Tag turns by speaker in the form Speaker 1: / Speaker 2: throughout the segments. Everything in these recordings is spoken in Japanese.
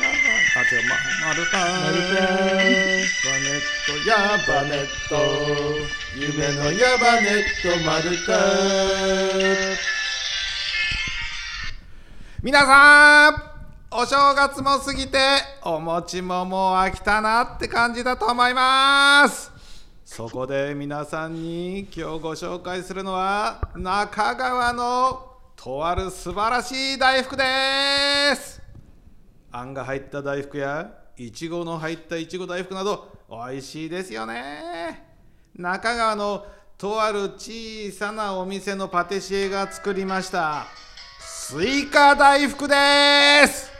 Speaker 1: 違う、ま、マルパン。
Speaker 2: マルパン
Speaker 1: バネット、ヤバネット。夢のヤバネット、マルカン。皆さんお正月も過ぎてお餅ももう飽きたなって感じだと思いますそこで皆さんに今日ご紹介するのは中川のとある素晴らしい大福ですあんが入った大福やいちごの入ったいちご大福など美味しいですよね中川のとある小さなお店のパティシエが作りましたスイカ大福です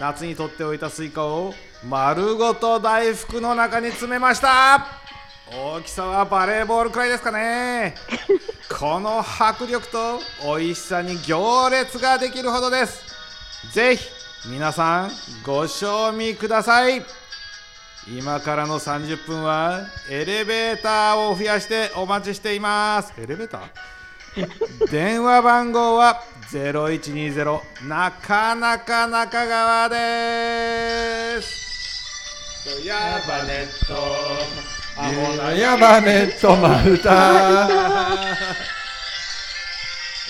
Speaker 1: 夏にとっておいたスイカを丸ごと大福の中に詰めました大きさはバレーボールくらいですかねこの迫力と美味しさに行列ができるほどですぜひ皆さんご賞味ください今からの30分はエレベーターを増やしてお待ちしていますエレベーター電話番号は0120なかなか中川です。やばねっと、アホな
Speaker 2: ヤバネットマルタ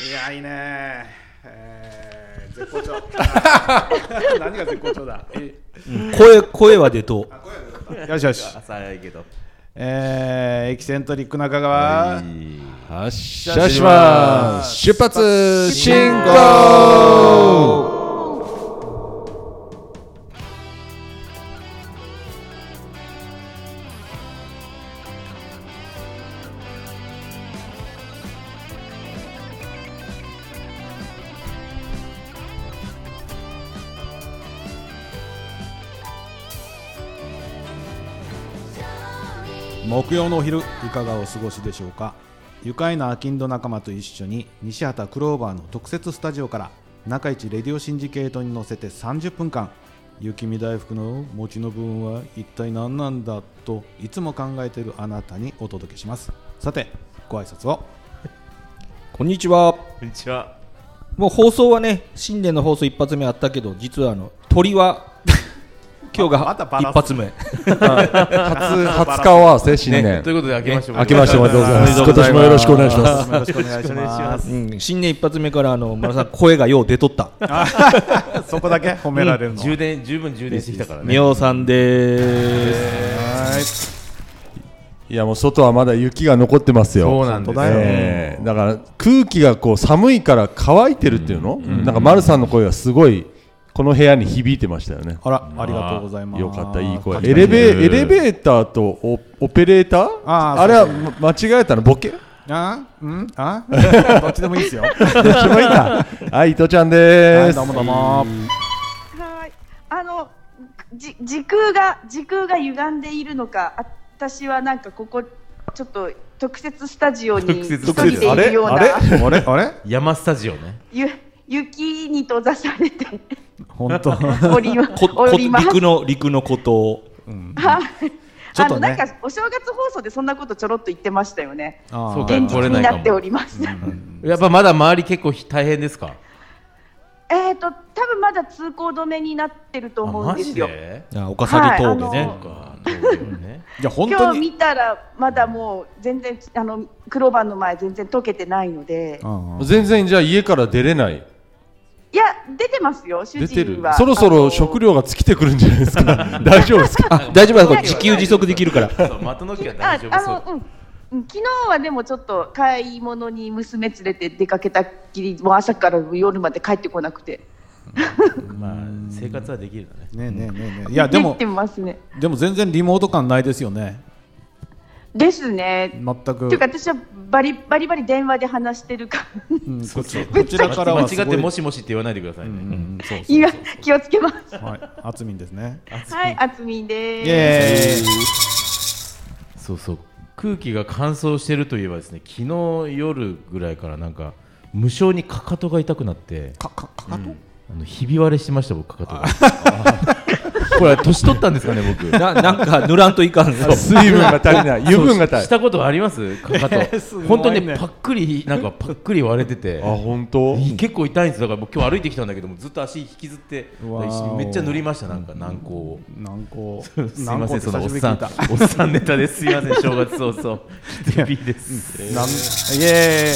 Speaker 1: いやいいね、えー、絶好調。 何が絶好調だ。え
Speaker 3: 声声は出と
Speaker 1: あ声が出たよしよし。
Speaker 4: 浅いけど
Speaker 1: えー、エキセントリック中川。
Speaker 3: う発
Speaker 2: 射します出発進行
Speaker 1: 木曜のお昼いかがお過ごしでしょうか愉快なアキンド仲間と一緒に西畑クローバーの特設スタジオから中市レディオシンジケートに乗せて30分間雪見大福の餅の部分は一体何なんだといつも考えているあなたにお届けしますさてご挨拶を
Speaker 3: こんにちは
Speaker 4: こんにちは
Speaker 3: もう放送はね新年の放送一発目あったけど実はあの 鳥は今日
Speaker 1: また
Speaker 3: が
Speaker 1: バラす
Speaker 3: 一発目
Speaker 2: 初初顔合わせ新
Speaker 4: ね
Speaker 2: 年
Speaker 4: ということで明けましておめ
Speaker 2: 明
Speaker 4: でと
Speaker 2: け
Speaker 4: うご
Speaker 2: まし
Speaker 4: ざい
Speaker 2: ておめでとうございます今年もよろしくお願いします
Speaker 1: よろしくお願いします
Speaker 3: うん新年一発目からあの村さん声がよう出とった
Speaker 1: そこだけ褒めら れるの、
Speaker 4: 充電十分充電してきたからね
Speaker 3: みおさんでー
Speaker 1: は
Speaker 3: す
Speaker 1: い
Speaker 2: いやもう外はまだ雪が残ってますよ
Speaker 4: そうなんですよ
Speaker 2: 本当ええだから空気がこう寒いから乾いてるっていうの、なんか丸さんの声がすごいこの部屋に響いてましたよね
Speaker 1: あらありがとうございます
Speaker 2: よかったいい声
Speaker 1: あ
Speaker 2: エレベエレベーターとオオペレーター
Speaker 1: あ
Speaker 2: あ
Speaker 1: ー
Speaker 2: れはま間違えたのボケ
Speaker 1: あうんあ どっちでもいいですよ
Speaker 2: どっちもいいなはい伊藤ちゃんで
Speaker 1: は
Speaker 2: ー
Speaker 1: い、
Speaker 2: す、
Speaker 1: どうもどうも。
Speaker 5: はい。あの、じ、時空が、時空が歪んでいるのか、あ私はなんかここ、ちょっと特設スタジオに
Speaker 4: 特
Speaker 5: 一
Speaker 4: 設ス
Speaker 5: 人
Speaker 4: タ
Speaker 5: で
Speaker 4: ジオ
Speaker 5: いるよう
Speaker 2: あ
Speaker 5: な
Speaker 2: れ、
Speaker 1: あれあれ
Speaker 4: 山スタジオね
Speaker 5: ゆ雪に閉ざされて
Speaker 1: 本当。
Speaker 5: おり ま
Speaker 3: ここ
Speaker 5: おります。
Speaker 3: 陸の陸のことを
Speaker 1: ちょっ
Speaker 5: あ
Speaker 1: と
Speaker 5: の、
Speaker 1: ね
Speaker 5: なんかお正月放送でそんなことちょろっと言ってましたよね。
Speaker 4: そうか
Speaker 5: 現
Speaker 4: 来
Speaker 5: 実
Speaker 4: れな
Speaker 5: に
Speaker 4: いかも
Speaker 5: なっておりました。
Speaker 4: やっぱまだ周り結構大変ですか
Speaker 5: えっと、多分まだ通行止めになってると思うんですよ。
Speaker 4: で
Speaker 3: あおかさり峠
Speaker 5: はい
Speaker 3: ね
Speaker 5: あの
Speaker 4: そうか東京 ね
Speaker 1: いや本
Speaker 5: 今
Speaker 1: 当
Speaker 5: 日見
Speaker 1: に。
Speaker 5: たらまだもう全然あのクローバーの前全然溶けてないので
Speaker 1: うん
Speaker 2: 全然じゃあ家から出れない
Speaker 5: いや出てますよ主
Speaker 2: 出て
Speaker 5: 人
Speaker 2: る
Speaker 5: は
Speaker 2: そろそ
Speaker 5: あ
Speaker 2: ろ
Speaker 5: の
Speaker 2: 食料が尽きてくるんじゃないですか大丈夫ですか
Speaker 3: あ大丈夫だこれ自給自足できるから
Speaker 4: そう的の木は
Speaker 5: あ
Speaker 4: 大丈夫そ
Speaker 5: あ
Speaker 4: う
Speaker 5: のうんうん昨日はでもちょっと買い物に娘連れて出かけたっきりもう朝から夜まで帰ってこなくて
Speaker 4: まあ生活はできるのね
Speaker 1: ねえねえねえねえ。いやでも
Speaker 5: 出てますね
Speaker 1: でも全然リモート感ないですよね。
Speaker 5: ですね、
Speaker 1: 全く。
Speaker 5: というか私はバリバリバリ電話で話してるから
Speaker 1: うんこっち
Speaker 5: ぶ
Speaker 1: こ
Speaker 5: っ
Speaker 1: ち
Speaker 5: ちゃ
Speaker 1: ら
Speaker 5: け
Speaker 1: から
Speaker 4: 間
Speaker 1: はすごい
Speaker 4: 違ってもしもしって言わないでください
Speaker 1: うん
Speaker 4: ね
Speaker 1: うんそうそう。
Speaker 5: 今気をつけます
Speaker 1: はい、あつみんですね。
Speaker 5: はいあつみん
Speaker 1: イ
Speaker 5: で
Speaker 1: エ
Speaker 4: そうそう空気が乾燥してるといえばですね昨日夜ぐらいからなんか無性にかかとが痛くなって
Speaker 1: ーイ。かかかかと。
Speaker 4: あのひび割れしてました僕かかとが これ年取ったんですかね僕
Speaker 3: ななんか塗らんといかん ぞ
Speaker 2: 水分が足りない油
Speaker 4: そ
Speaker 2: 分が足り
Speaker 4: う
Speaker 2: ない
Speaker 4: したことありますかかと、
Speaker 1: すごいね
Speaker 4: 本当にねパックリなんかパックリ割れてて
Speaker 2: あ本当
Speaker 4: 結構痛いんですだから僕今日歩いてきたんだけどもずっと足引きずって
Speaker 1: わーお
Speaker 4: めっちゃ塗りましたなんか軟膏を。
Speaker 1: 難航
Speaker 4: すいま
Speaker 1: 難
Speaker 4: せ
Speaker 1: 航
Speaker 4: ん
Speaker 1: って久しぶ
Speaker 4: そのおっ
Speaker 1: りに
Speaker 4: さ
Speaker 1: 聞い
Speaker 4: ん
Speaker 1: た
Speaker 4: おっさんネタですいません正月早々きついです
Speaker 1: なんいえ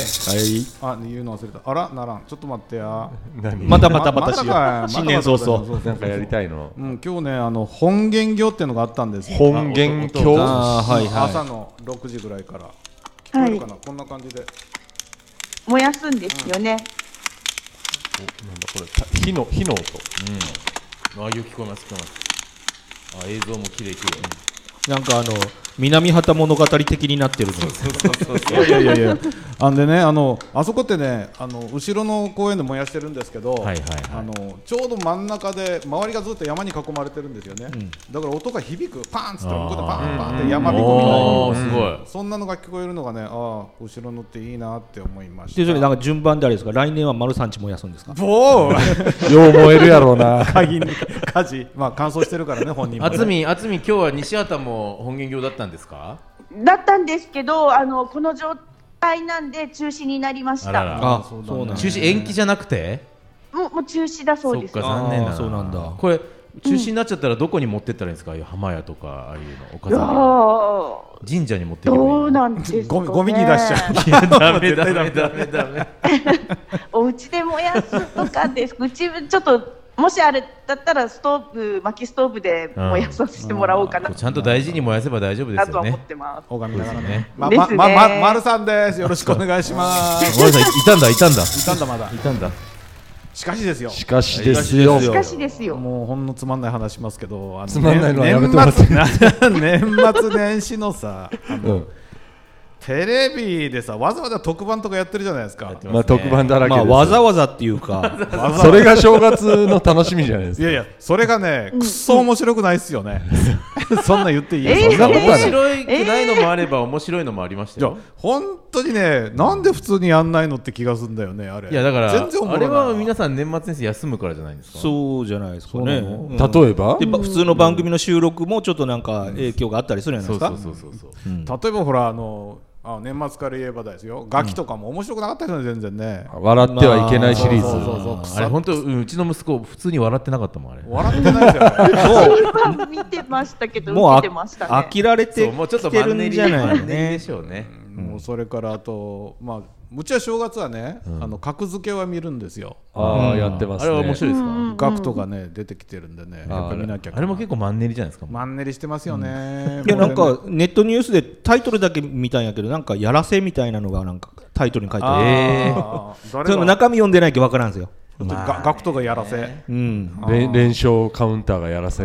Speaker 1: いえあ言うの忘れたあらならんちょっと待ってや
Speaker 2: 何
Speaker 3: またまたまたしよう
Speaker 1: まだか
Speaker 3: 新年早々
Speaker 1: まだか
Speaker 2: なんかやりたいの
Speaker 1: うん今日ねあの本源行っていうのがあったんですよ
Speaker 2: 本源郷
Speaker 3: あーはいはい
Speaker 1: 朝の6時ぐらいから聞こ
Speaker 5: は
Speaker 1: えるか
Speaker 5: い
Speaker 1: なこんな感じで
Speaker 5: 燃やすんですよね、
Speaker 2: 火の火の音
Speaker 4: あよく聞こえます聞こえますあ映像も綺麗綺麗
Speaker 3: なんかあの南畑物語的になってるの
Speaker 1: いやいやいやあんでねあのあそこってねあの後ろの公園で燃やしてるんですけど、
Speaker 4: はいはいはい
Speaker 1: あのちょうど真ん中で周りがずっと山に囲まれてるんですよね、だから音が響くパーンっつって向こうでパンパンって山びこみたいな
Speaker 4: おーすごい
Speaker 1: そんなのが聞こえるのがねああ後ろのっていいなって思いました
Speaker 3: でそれなんか順番であれですか来年は丸三地燃やすんですか
Speaker 1: ボー
Speaker 2: よう燃えるやろうな
Speaker 1: 鍵に火事まあ乾燥してるからね本人も、
Speaker 4: あつ
Speaker 1: ね、
Speaker 4: みあつみ今日は西畑も本源業だったんですか
Speaker 5: だったんですけどあのこの状態なんで中止になりました
Speaker 4: あらら
Speaker 3: あ
Speaker 1: そうだね
Speaker 3: そうなんだ
Speaker 4: 中止延期じゃなくて
Speaker 5: もうもう中止だそう
Speaker 4: っ
Speaker 5: です
Speaker 4: か残念だ
Speaker 3: あーそうなんだ
Speaker 4: これ中止になっちゃったらどこに持ってったらいいんですかああいう浜屋とかああいうのお
Speaker 5: いや
Speaker 4: か
Speaker 5: ー
Speaker 4: ず神社に持っていけばいい
Speaker 5: どうなんですか、ね、
Speaker 1: ゴミゴミに出しちゃう
Speaker 4: いやダメダメダメダメ
Speaker 5: お家で燃やすとかです。うちちょっともしあれだったらストーブ薪ストーブで燃やさせてもらおうかな、
Speaker 4: ちゃんと大事に燃やせば大丈夫で
Speaker 5: な
Speaker 4: す
Speaker 5: と
Speaker 4: よ
Speaker 5: は思っ
Speaker 4: ね
Speaker 5: てます。
Speaker 1: 拝みながらね
Speaker 4: ね
Speaker 1: ま
Speaker 5: ですね
Speaker 1: まままるさんですよろしくお願いし ます
Speaker 4: ごめんなさいいたんだいたんだ
Speaker 1: いたんだまだ
Speaker 4: いたんだ
Speaker 1: しかしですよ
Speaker 2: しかしですよ
Speaker 5: しかしですよ。
Speaker 1: もうほんのつまんない話しますけど、あの
Speaker 2: つまんないのはやめてもらって
Speaker 1: 年末 年末年始のさ、あの
Speaker 2: うん
Speaker 1: テレビでさ、わざわざ特番とかやってるじゃないですか。
Speaker 2: まあ特番だらけ
Speaker 3: ま
Speaker 2: で
Speaker 3: あ
Speaker 2: す
Speaker 3: わざわざっていうか
Speaker 2: それが正月の楽しみじゃないです
Speaker 1: い
Speaker 2: か
Speaker 1: やいや、それがね、くっそ面白くないっすよ ね。そんなん言っていい
Speaker 5: え
Speaker 1: そんな
Speaker 2: そんなこと
Speaker 4: 面
Speaker 2: はない
Speaker 4: 白くないのもあれば面白いのもありました
Speaker 1: じゃあ
Speaker 4: よ
Speaker 1: 本当にね、なんで普通にやんないのって気がするんだよね、あれ。
Speaker 4: いやだから
Speaker 1: 全然おも
Speaker 4: あれは
Speaker 1: ろない
Speaker 4: 皆さん年末年始休むからじゃないんですか
Speaker 3: そうじゃないですかねうん
Speaker 2: 例えば
Speaker 3: でば普通の番組の収録もちょっとなんか影響があったりするじゃない
Speaker 4: そ
Speaker 3: で
Speaker 4: う
Speaker 3: す
Speaker 4: そ
Speaker 3: か
Speaker 4: うそうそうそう
Speaker 1: 例えばほら、あの、あ年末から言えばですよ、ガキとかも面白くなかったじゃん、全然ね。
Speaker 2: 笑ってはいけないシリ
Speaker 1: そうそう
Speaker 2: ーズ
Speaker 1: そうそう
Speaker 4: あれ本当うんうちの息子普通に笑ってなかったもんあれ
Speaker 1: 笑ってないじゃん。
Speaker 5: 今見てましたけど
Speaker 3: もう
Speaker 5: 受
Speaker 3: あ
Speaker 5: けてました
Speaker 3: 飽
Speaker 5: ね。
Speaker 3: きられて
Speaker 4: そうもうちょっ
Speaker 3: き
Speaker 4: と
Speaker 3: て
Speaker 4: マ
Speaker 3: る
Speaker 4: ンネ
Speaker 3: ん
Speaker 4: リ
Speaker 3: じゃな
Speaker 4: マ
Speaker 3: い
Speaker 4: ンネリで
Speaker 3: ね
Speaker 4: しょうね
Speaker 1: もうそれからあと、まあ、うちは正月はね、あの格付けは見るんですよ。
Speaker 2: ああやってま
Speaker 4: あ
Speaker 2: す
Speaker 4: れは面
Speaker 2: ね
Speaker 4: 白いです
Speaker 5: うん
Speaker 4: か
Speaker 1: 額とかね、出てきてるんでね、
Speaker 2: あ
Speaker 1: やっぱ見なきゃ。
Speaker 4: あれも結構マンネリじゃないですか
Speaker 1: マンネリしてますよね。
Speaker 3: いや
Speaker 1: も
Speaker 3: な
Speaker 1: うん全然
Speaker 3: かネットニュースでタイトルだけ見たんやけどなんかやらせみたいなのがなんかタイトルに書いて
Speaker 1: あ
Speaker 3: あ
Speaker 1: ー
Speaker 3: る
Speaker 4: え
Speaker 1: 誰
Speaker 3: それも
Speaker 1: が
Speaker 3: 中身読んでないけど分からんですよ
Speaker 1: 額とかやらせ、
Speaker 3: うん
Speaker 2: 連連勝カウンターがやらせ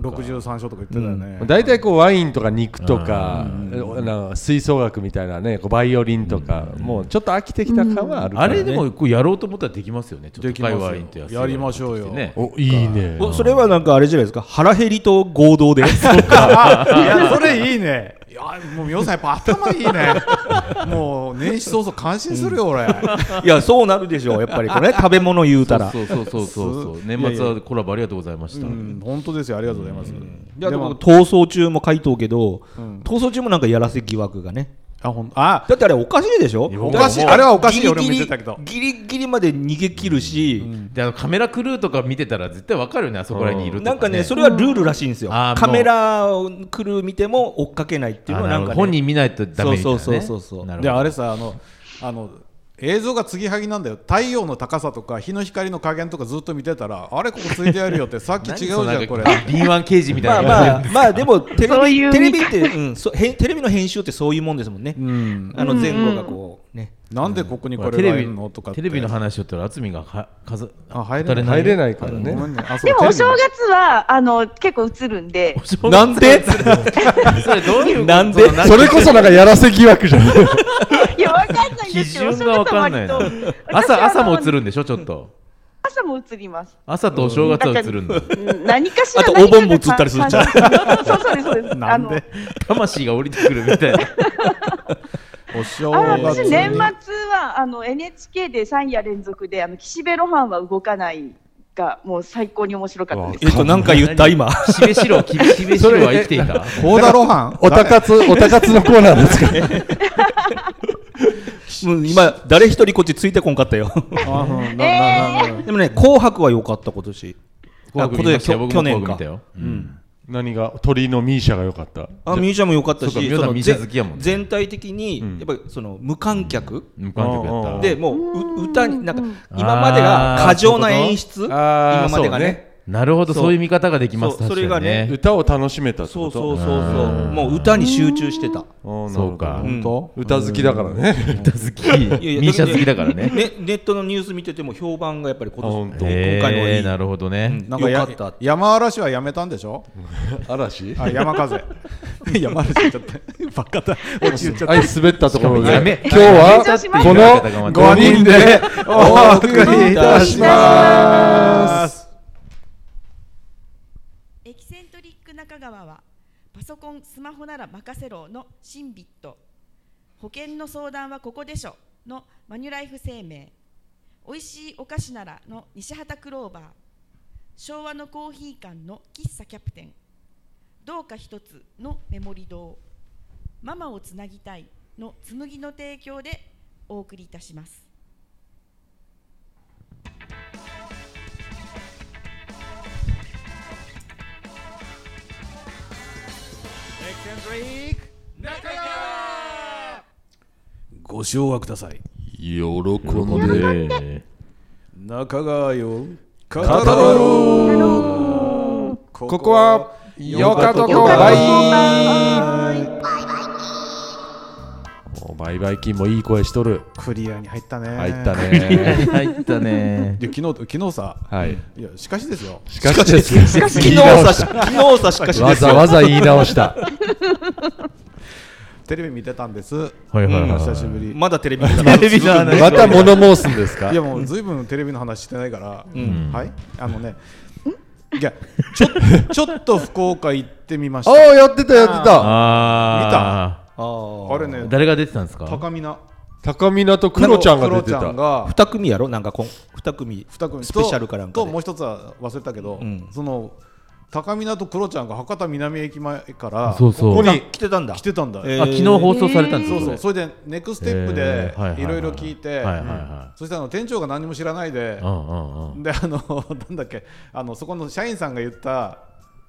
Speaker 1: 六十三勝とか言ってたよね。
Speaker 2: 大体こうワインとか肉とかなんか吹奏楽みたいなねこうバイオリンとかもうちょっと飽きてきた感はあるか
Speaker 4: あ
Speaker 2: ら
Speaker 4: れで
Speaker 2: ね
Speaker 4: もこうやろうと思ったらできますよねちょっ
Speaker 1: で
Speaker 4: と
Speaker 1: きます
Speaker 4: 高い
Speaker 1: よ
Speaker 4: ワインと安い
Speaker 1: やりましょうよ
Speaker 4: ワインとってね
Speaker 2: おいいね
Speaker 3: おそれはなんかあれじゃないですか腹減りと合 同で
Speaker 1: いや、それいいね。いや、もう皆さんやっぱ頭いいね。 もう年始早々感心するよ、俺。
Speaker 3: いやそうなるでしょうやっぱりこ れ食べ物言うたら
Speaker 4: そうそうそうそう そう年末はコラボありがとうございました
Speaker 1: うん本当ですよ、ありがとうございます。
Speaker 3: いやで
Speaker 1: で
Speaker 3: も
Speaker 1: も、
Speaker 3: 逃走中も書いとうけど逃走中もなんかやらせ疑惑がね
Speaker 1: あ、ほん、あ、
Speaker 3: だってあれおかしいでしょ
Speaker 1: おかしい、あれはおかしいよ、俺も見てたけど。
Speaker 3: ギリギリギリまで逃げ切るし、
Speaker 4: であのカメラクルーとか見てたら絶対わかるよねあそこらにいると
Speaker 3: なんかね、そ
Speaker 4: れ
Speaker 3: れはルールらしいんですよ、
Speaker 4: あーもう
Speaker 3: カメラクルー見ても追っかけないっていうのは、なんか、ね、
Speaker 4: 本人見ないとダメみたいなね
Speaker 3: そうそうそうそうそう
Speaker 4: なるほ
Speaker 1: で
Speaker 4: ど
Speaker 1: あれさあのあの映像が継ぎはぎなんだよ太陽の高さとか日の光の加減とかずっと見てたらあれここついてやるよってさっき違うじ
Speaker 4: 何その
Speaker 1: ゃ
Speaker 4: なんん
Speaker 1: こ
Speaker 4: か
Speaker 1: れ
Speaker 4: 敏腕刑事み
Speaker 3: ま
Speaker 4: たい
Speaker 3: あ
Speaker 4: な
Speaker 3: まあ、まあ、でもテレビ
Speaker 5: そういう
Speaker 3: テレビって、うんそうへんテレビの編集ってそういうもんですもんね、あの前後がこう、ね、
Speaker 1: なんでここに
Speaker 4: ほ
Speaker 1: これ
Speaker 4: らテ
Speaker 1: がい
Speaker 4: レ
Speaker 1: るのとかっ
Speaker 4: ビ
Speaker 1: て
Speaker 4: テレビの話をったら渥美がはかず
Speaker 1: あ入れない
Speaker 2: 入れないから
Speaker 1: ごめ
Speaker 2: ね
Speaker 1: んねあそう
Speaker 5: でもお
Speaker 1: テレ
Speaker 5: 正
Speaker 1: ビの
Speaker 5: 月はあの結構映るんで、
Speaker 3: なんで
Speaker 4: それどう いう
Speaker 3: なんで
Speaker 2: それこそなんかやらせ疑惑じ ゃん
Speaker 5: いやわかんないんで
Speaker 4: 基
Speaker 5: すけど、
Speaker 4: 準がわかんないな
Speaker 5: お正月は割と
Speaker 4: 朝朝も映。
Speaker 5: 私あの
Speaker 4: るんでしょちょっと
Speaker 5: 朝も映ります。
Speaker 4: 朝とお正月は映るん だ
Speaker 5: うん何かしら
Speaker 3: あと
Speaker 5: 何かが
Speaker 3: お盆も映ったりするじゃん
Speaker 5: かそうそうですそうです。
Speaker 1: なんで
Speaker 4: 魂が降りてくるみ たいな
Speaker 1: お正
Speaker 5: あのあ
Speaker 1: 月
Speaker 5: 私
Speaker 1: に
Speaker 5: 年末はあの NHK で三夜連続であの岸辺露伴は動かないがもう最高に面白かったです。
Speaker 3: えっと、なんか言った、今。
Speaker 4: しべしろ、きしべしろは生きていた。
Speaker 1: 高田露伴
Speaker 2: おたかつ、おたかつのコーナーですか
Speaker 3: もう今、誰一人こっちついてこんかったよ。
Speaker 1: あうんなななな
Speaker 3: でもね、紅白は良かった、今年。
Speaker 4: 紅白見ましたよ
Speaker 3: あ
Speaker 4: 僕も
Speaker 3: 今年
Speaker 4: 紅白見
Speaker 3: 去去
Speaker 4: たよ。う
Speaker 3: 年か。うん
Speaker 4: ん
Speaker 2: 何が鳥のミーシャが良かった
Speaker 3: あミュージアム良かった
Speaker 4: そ
Speaker 3: し、
Speaker 4: うかミュージアムミュージアム好きやもんね
Speaker 3: ぜ全体的に、
Speaker 2: うん
Speaker 3: やっぱりその無観客、
Speaker 4: 無観客やった。
Speaker 3: で、もうう歌に、なんか、今まで
Speaker 4: あ
Speaker 3: が
Speaker 4: ー
Speaker 3: 過剰な
Speaker 4: そういうこと
Speaker 3: 演出、
Speaker 2: あー
Speaker 3: 今までがね。
Speaker 4: なるほど、
Speaker 3: そう
Speaker 4: そういう見方ができます。
Speaker 3: そ
Speaker 4: 確か
Speaker 3: う
Speaker 4: に
Speaker 3: それがね
Speaker 2: 歌を楽しめたって
Speaker 3: そ
Speaker 2: こ
Speaker 3: う
Speaker 2: と
Speaker 3: そうそう
Speaker 4: う
Speaker 3: そう、
Speaker 4: ん
Speaker 3: もう歌に集中してた。
Speaker 2: う
Speaker 4: そうか
Speaker 3: う
Speaker 1: 本
Speaker 3: ん
Speaker 1: 当
Speaker 2: 歌好きだからね
Speaker 4: 歌好き、
Speaker 3: いや
Speaker 4: ミーシャ好きだからね。
Speaker 3: ねネットのニュース見てても評判がやっぱり今
Speaker 2: あ本
Speaker 3: 年
Speaker 2: 当
Speaker 4: へ
Speaker 3: 今回のはい
Speaker 4: ー
Speaker 3: い
Speaker 4: なるほどね。
Speaker 3: な
Speaker 1: なんん
Speaker 3: か
Speaker 1: か
Speaker 3: や
Speaker 1: や
Speaker 3: かった。
Speaker 1: 山嵐はやめたんでしょ
Speaker 2: 嵐
Speaker 1: あ山風山嵐言っちゃったバカだ落ち言っちゃっ
Speaker 2: はい滑ったところで
Speaker 4: やめ
Speaker 2: 今日は
Speaker 5: 緊張します
Speaker 2: この5人 でお送りいたします
Speaker 1: す
Speaker 6: エキセントリック中川はパソコンスマホなら任せろのシンビット保険の相談はここでしょのマニュライフ生命おいしいお菓子ならの西畑クローバー昭和のコーヒー館の喫茶キャプテンどうか一つのメモリ堂ママをつなぎたいの紬の提供でお送りいたします
Speaker 1: ご唱和ください
Speaker 4: 喜んで。
Speaker 1: 中川よ語
Speaker 2: ろ
Speaker 1: ろうこ
Speaker 2: ここはよかとこバイおバイバイ金もいい声しとる
Speaker 1: クリアに入ったね
Speaker 2: 入った ね
Speaker 4: 入ったね。
Speaker 1: で昨日昨日さ
Speaker 2: はい
Speaker 1: いやしかしですよ
Speaker 2: しかしです
Speaker 3: 昨日さし、昨日さしかし
Speaker 2: わ
Speaker 3: です
Speaker 2: ざ
Speaker 3: よ。
Speaker 2: わざ言い直 した
Speaker 1: テレビ見てたんです
Speaker 4: はいはいはい
Speaker 1: うん久しぶり
Speaker 3: まだテレビ見てた
Speaker 4: テレビの話
Speaker 2: また物申すんですか
Speaker 1: いやもうずいぶんテレビの話してないから、
Speaker 4: ん
Speaker 1: はいあのねいやちょちょっと福岡行ってみまし
Speaker 2: あ
Speaker 1: た
Speaker 2: あやってたやってた
Speaker 4: ああ。
Speaker 3: あー
Speaker 1: あれね
Speaker 4: 誰が出てたんですか
Speaker 1: 高見な
Speaker 2: 高見とクロちゃんが出て
Speaker 1: クロちゃん
Speaker 2: た
Speaker 1: が
Speaker 3: 二組やろなんかこん二組。
Speaker 1: 二組と
Speaker 3: スペシャルかなんか
Speaker 1: と
Speaker 3: で
Speaker 1: もう一つは忘れたけど、
Speaker 3: ん
Speaker 1: その高見なとクロちゃんが博多南駅前から
Speaker 4: そうそう。
Speaker 2: ここに
Speaker 3: 来てたんだ。
Speaker 1: 来てたんだ、
Speaker 3: え
Speaker 4: あ昨日放送されたんです
Speaker 1: そう
Speaker 4: よ
Speaker 1: そう
Speaker 4: こ
Speaker 1: それでネクステップ
Speaker 4: えーはいはいはい
Speaker 1: でいろいろ聞いて
Speaker 4: はいはいはい
Speaker 1: そしたらあの店長が何も知らないで
Speaker 4: れうんうんうん
Speaker 1: であの なんだっけあのそこの社員さんが言った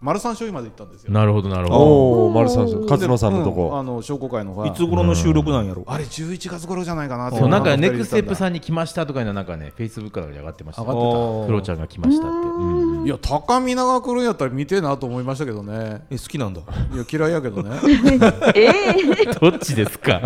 Speaker 1: 丸三醤油まで行ったんですよ
Speaker 4: なるほどなるほ
Speaker 2: おお丸さん勝野さんのと
Speaker 1: うんあ
Speaker 2: こ
Speaker 1: の商工会の方
Speaker 3: いつ頃の収録なんやろ
Speaker 1: あれ11月頃じゃないかな
Speaker 4: ど。
Speaker 1: と
Speaker 4: そうなんか
Speaker 1: あの
Speaker 4: ネクステッ
Speaker 1: 二人
Speaker 4: プ
Speaker 1: で
Speaker 4: さんに来ましたとかいうのなんかね、フェイスブックから上がってましたよ。
Speaker 1: 上が
Speaker 3: ってた
Speaker 4: クロちゃんが来ましたって。うん
Speaker 1: 言ったんだいや高見永来るんやったら見てえなと思いましたけどね
Speaker 3: え、好きなんだ。
Speaker 1: いや嫌いやけどね
Speaker 5: ええ
Speaker 4: どっちですか。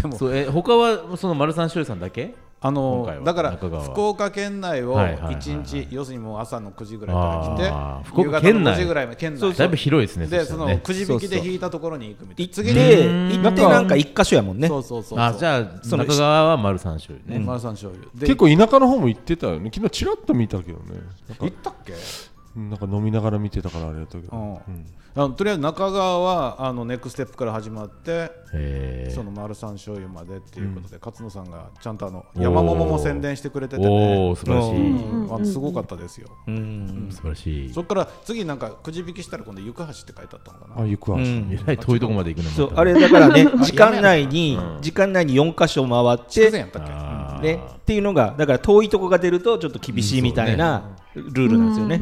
Speaker 1: でも
Speaker 4: そうえ他はその丸三醤油さんだけ？
Speaker 1: あ
Speaker 4: 今
Speaker 1: の
Speaker 4: 回は
Speaker 1: だから
Speaker 4: 中川は
Speaker 1: 福岡県内を
Speaker 4: はいはいはいはい
Speaker 1: 1日要するにもう朝の9時ぐらいから
Speaker 4: あー
Speaker 1: 来て
Speaker 4: 福
Speaker 1: 夕
Speaker 4: 岡
Speaker 1: 方
Speaker 4: 県内
Speaker 1: の5時ぐらいまで県内
Speaker 4: だいぶ広いですね。
Speaker 1: で
Speaker 4: した
Speaker 1: そ
Speaker 4: ら
Speaker 1: の
Speaker 4: ね
Speaker 1: くじ引きで引いたところに行くみたい
Speaker 3: 行
Speaker 1: な
Speaker 3: っ
Speaker 1: 次
Speaker 3: て、
Speaker 1: に
Speaker 3: 行ってなんか一箇所やもんね。
Speaker 1: そうそうそうそう
Speaker 4: あじゃあ
Speaker 3: その
Speaker 4: 中川は丸三醤油
Speaker 1: ね
Speaker 4: ね。
Speaker 1: 丸さん醤油で
Speaker 2: 結構田舎の方も行ってたよね昨日ちらっと見たけどね
Speaker 1: 行ったっけ
Speaker 2: なんか飲みながら見てたからあれだったけ
Speaker 1: う
Speaker 2: ど
Speaker 1: んあのとりあえず中川はあのネックステップから始まって
Speaker 4: へ
Speaker 1: そ
Speaker 4: ー
Speaker 1: の丸さん醤油までっていうことで勝野さんがちゃんとあの山桃も宣伝してくれてて
Speaker 4: お
Speaker 1: ね
Speaker 4: お素晴らし
Speaker 3: う
Speaker 4: い。
Speaker 1: うんあのすごかったですよ
Speaker 3: うん。
Speaker 4: 素晴らしい
Speaker 1: そ。っから次なんかくじ引きしたら今度行橋って書いてあったのかな
Speaker 2: あ行くわ
Speaker 3: うん
Speaker 4: えらい遠いとこまで行くのも。
Speaker 3: そう、 あれだからね、時間
Speaker 1: やめろ
Speaker 3: 内に、時間内に四箇所回っ
Speaker 1: 筑前
Speaker 3: て
Speaker 1: や。ったっけ
Speaker 4: あー
Speaker 3: ね、っていうのがだから遠いとこが出るとちょっと厳しいみたいなルールなんですよね。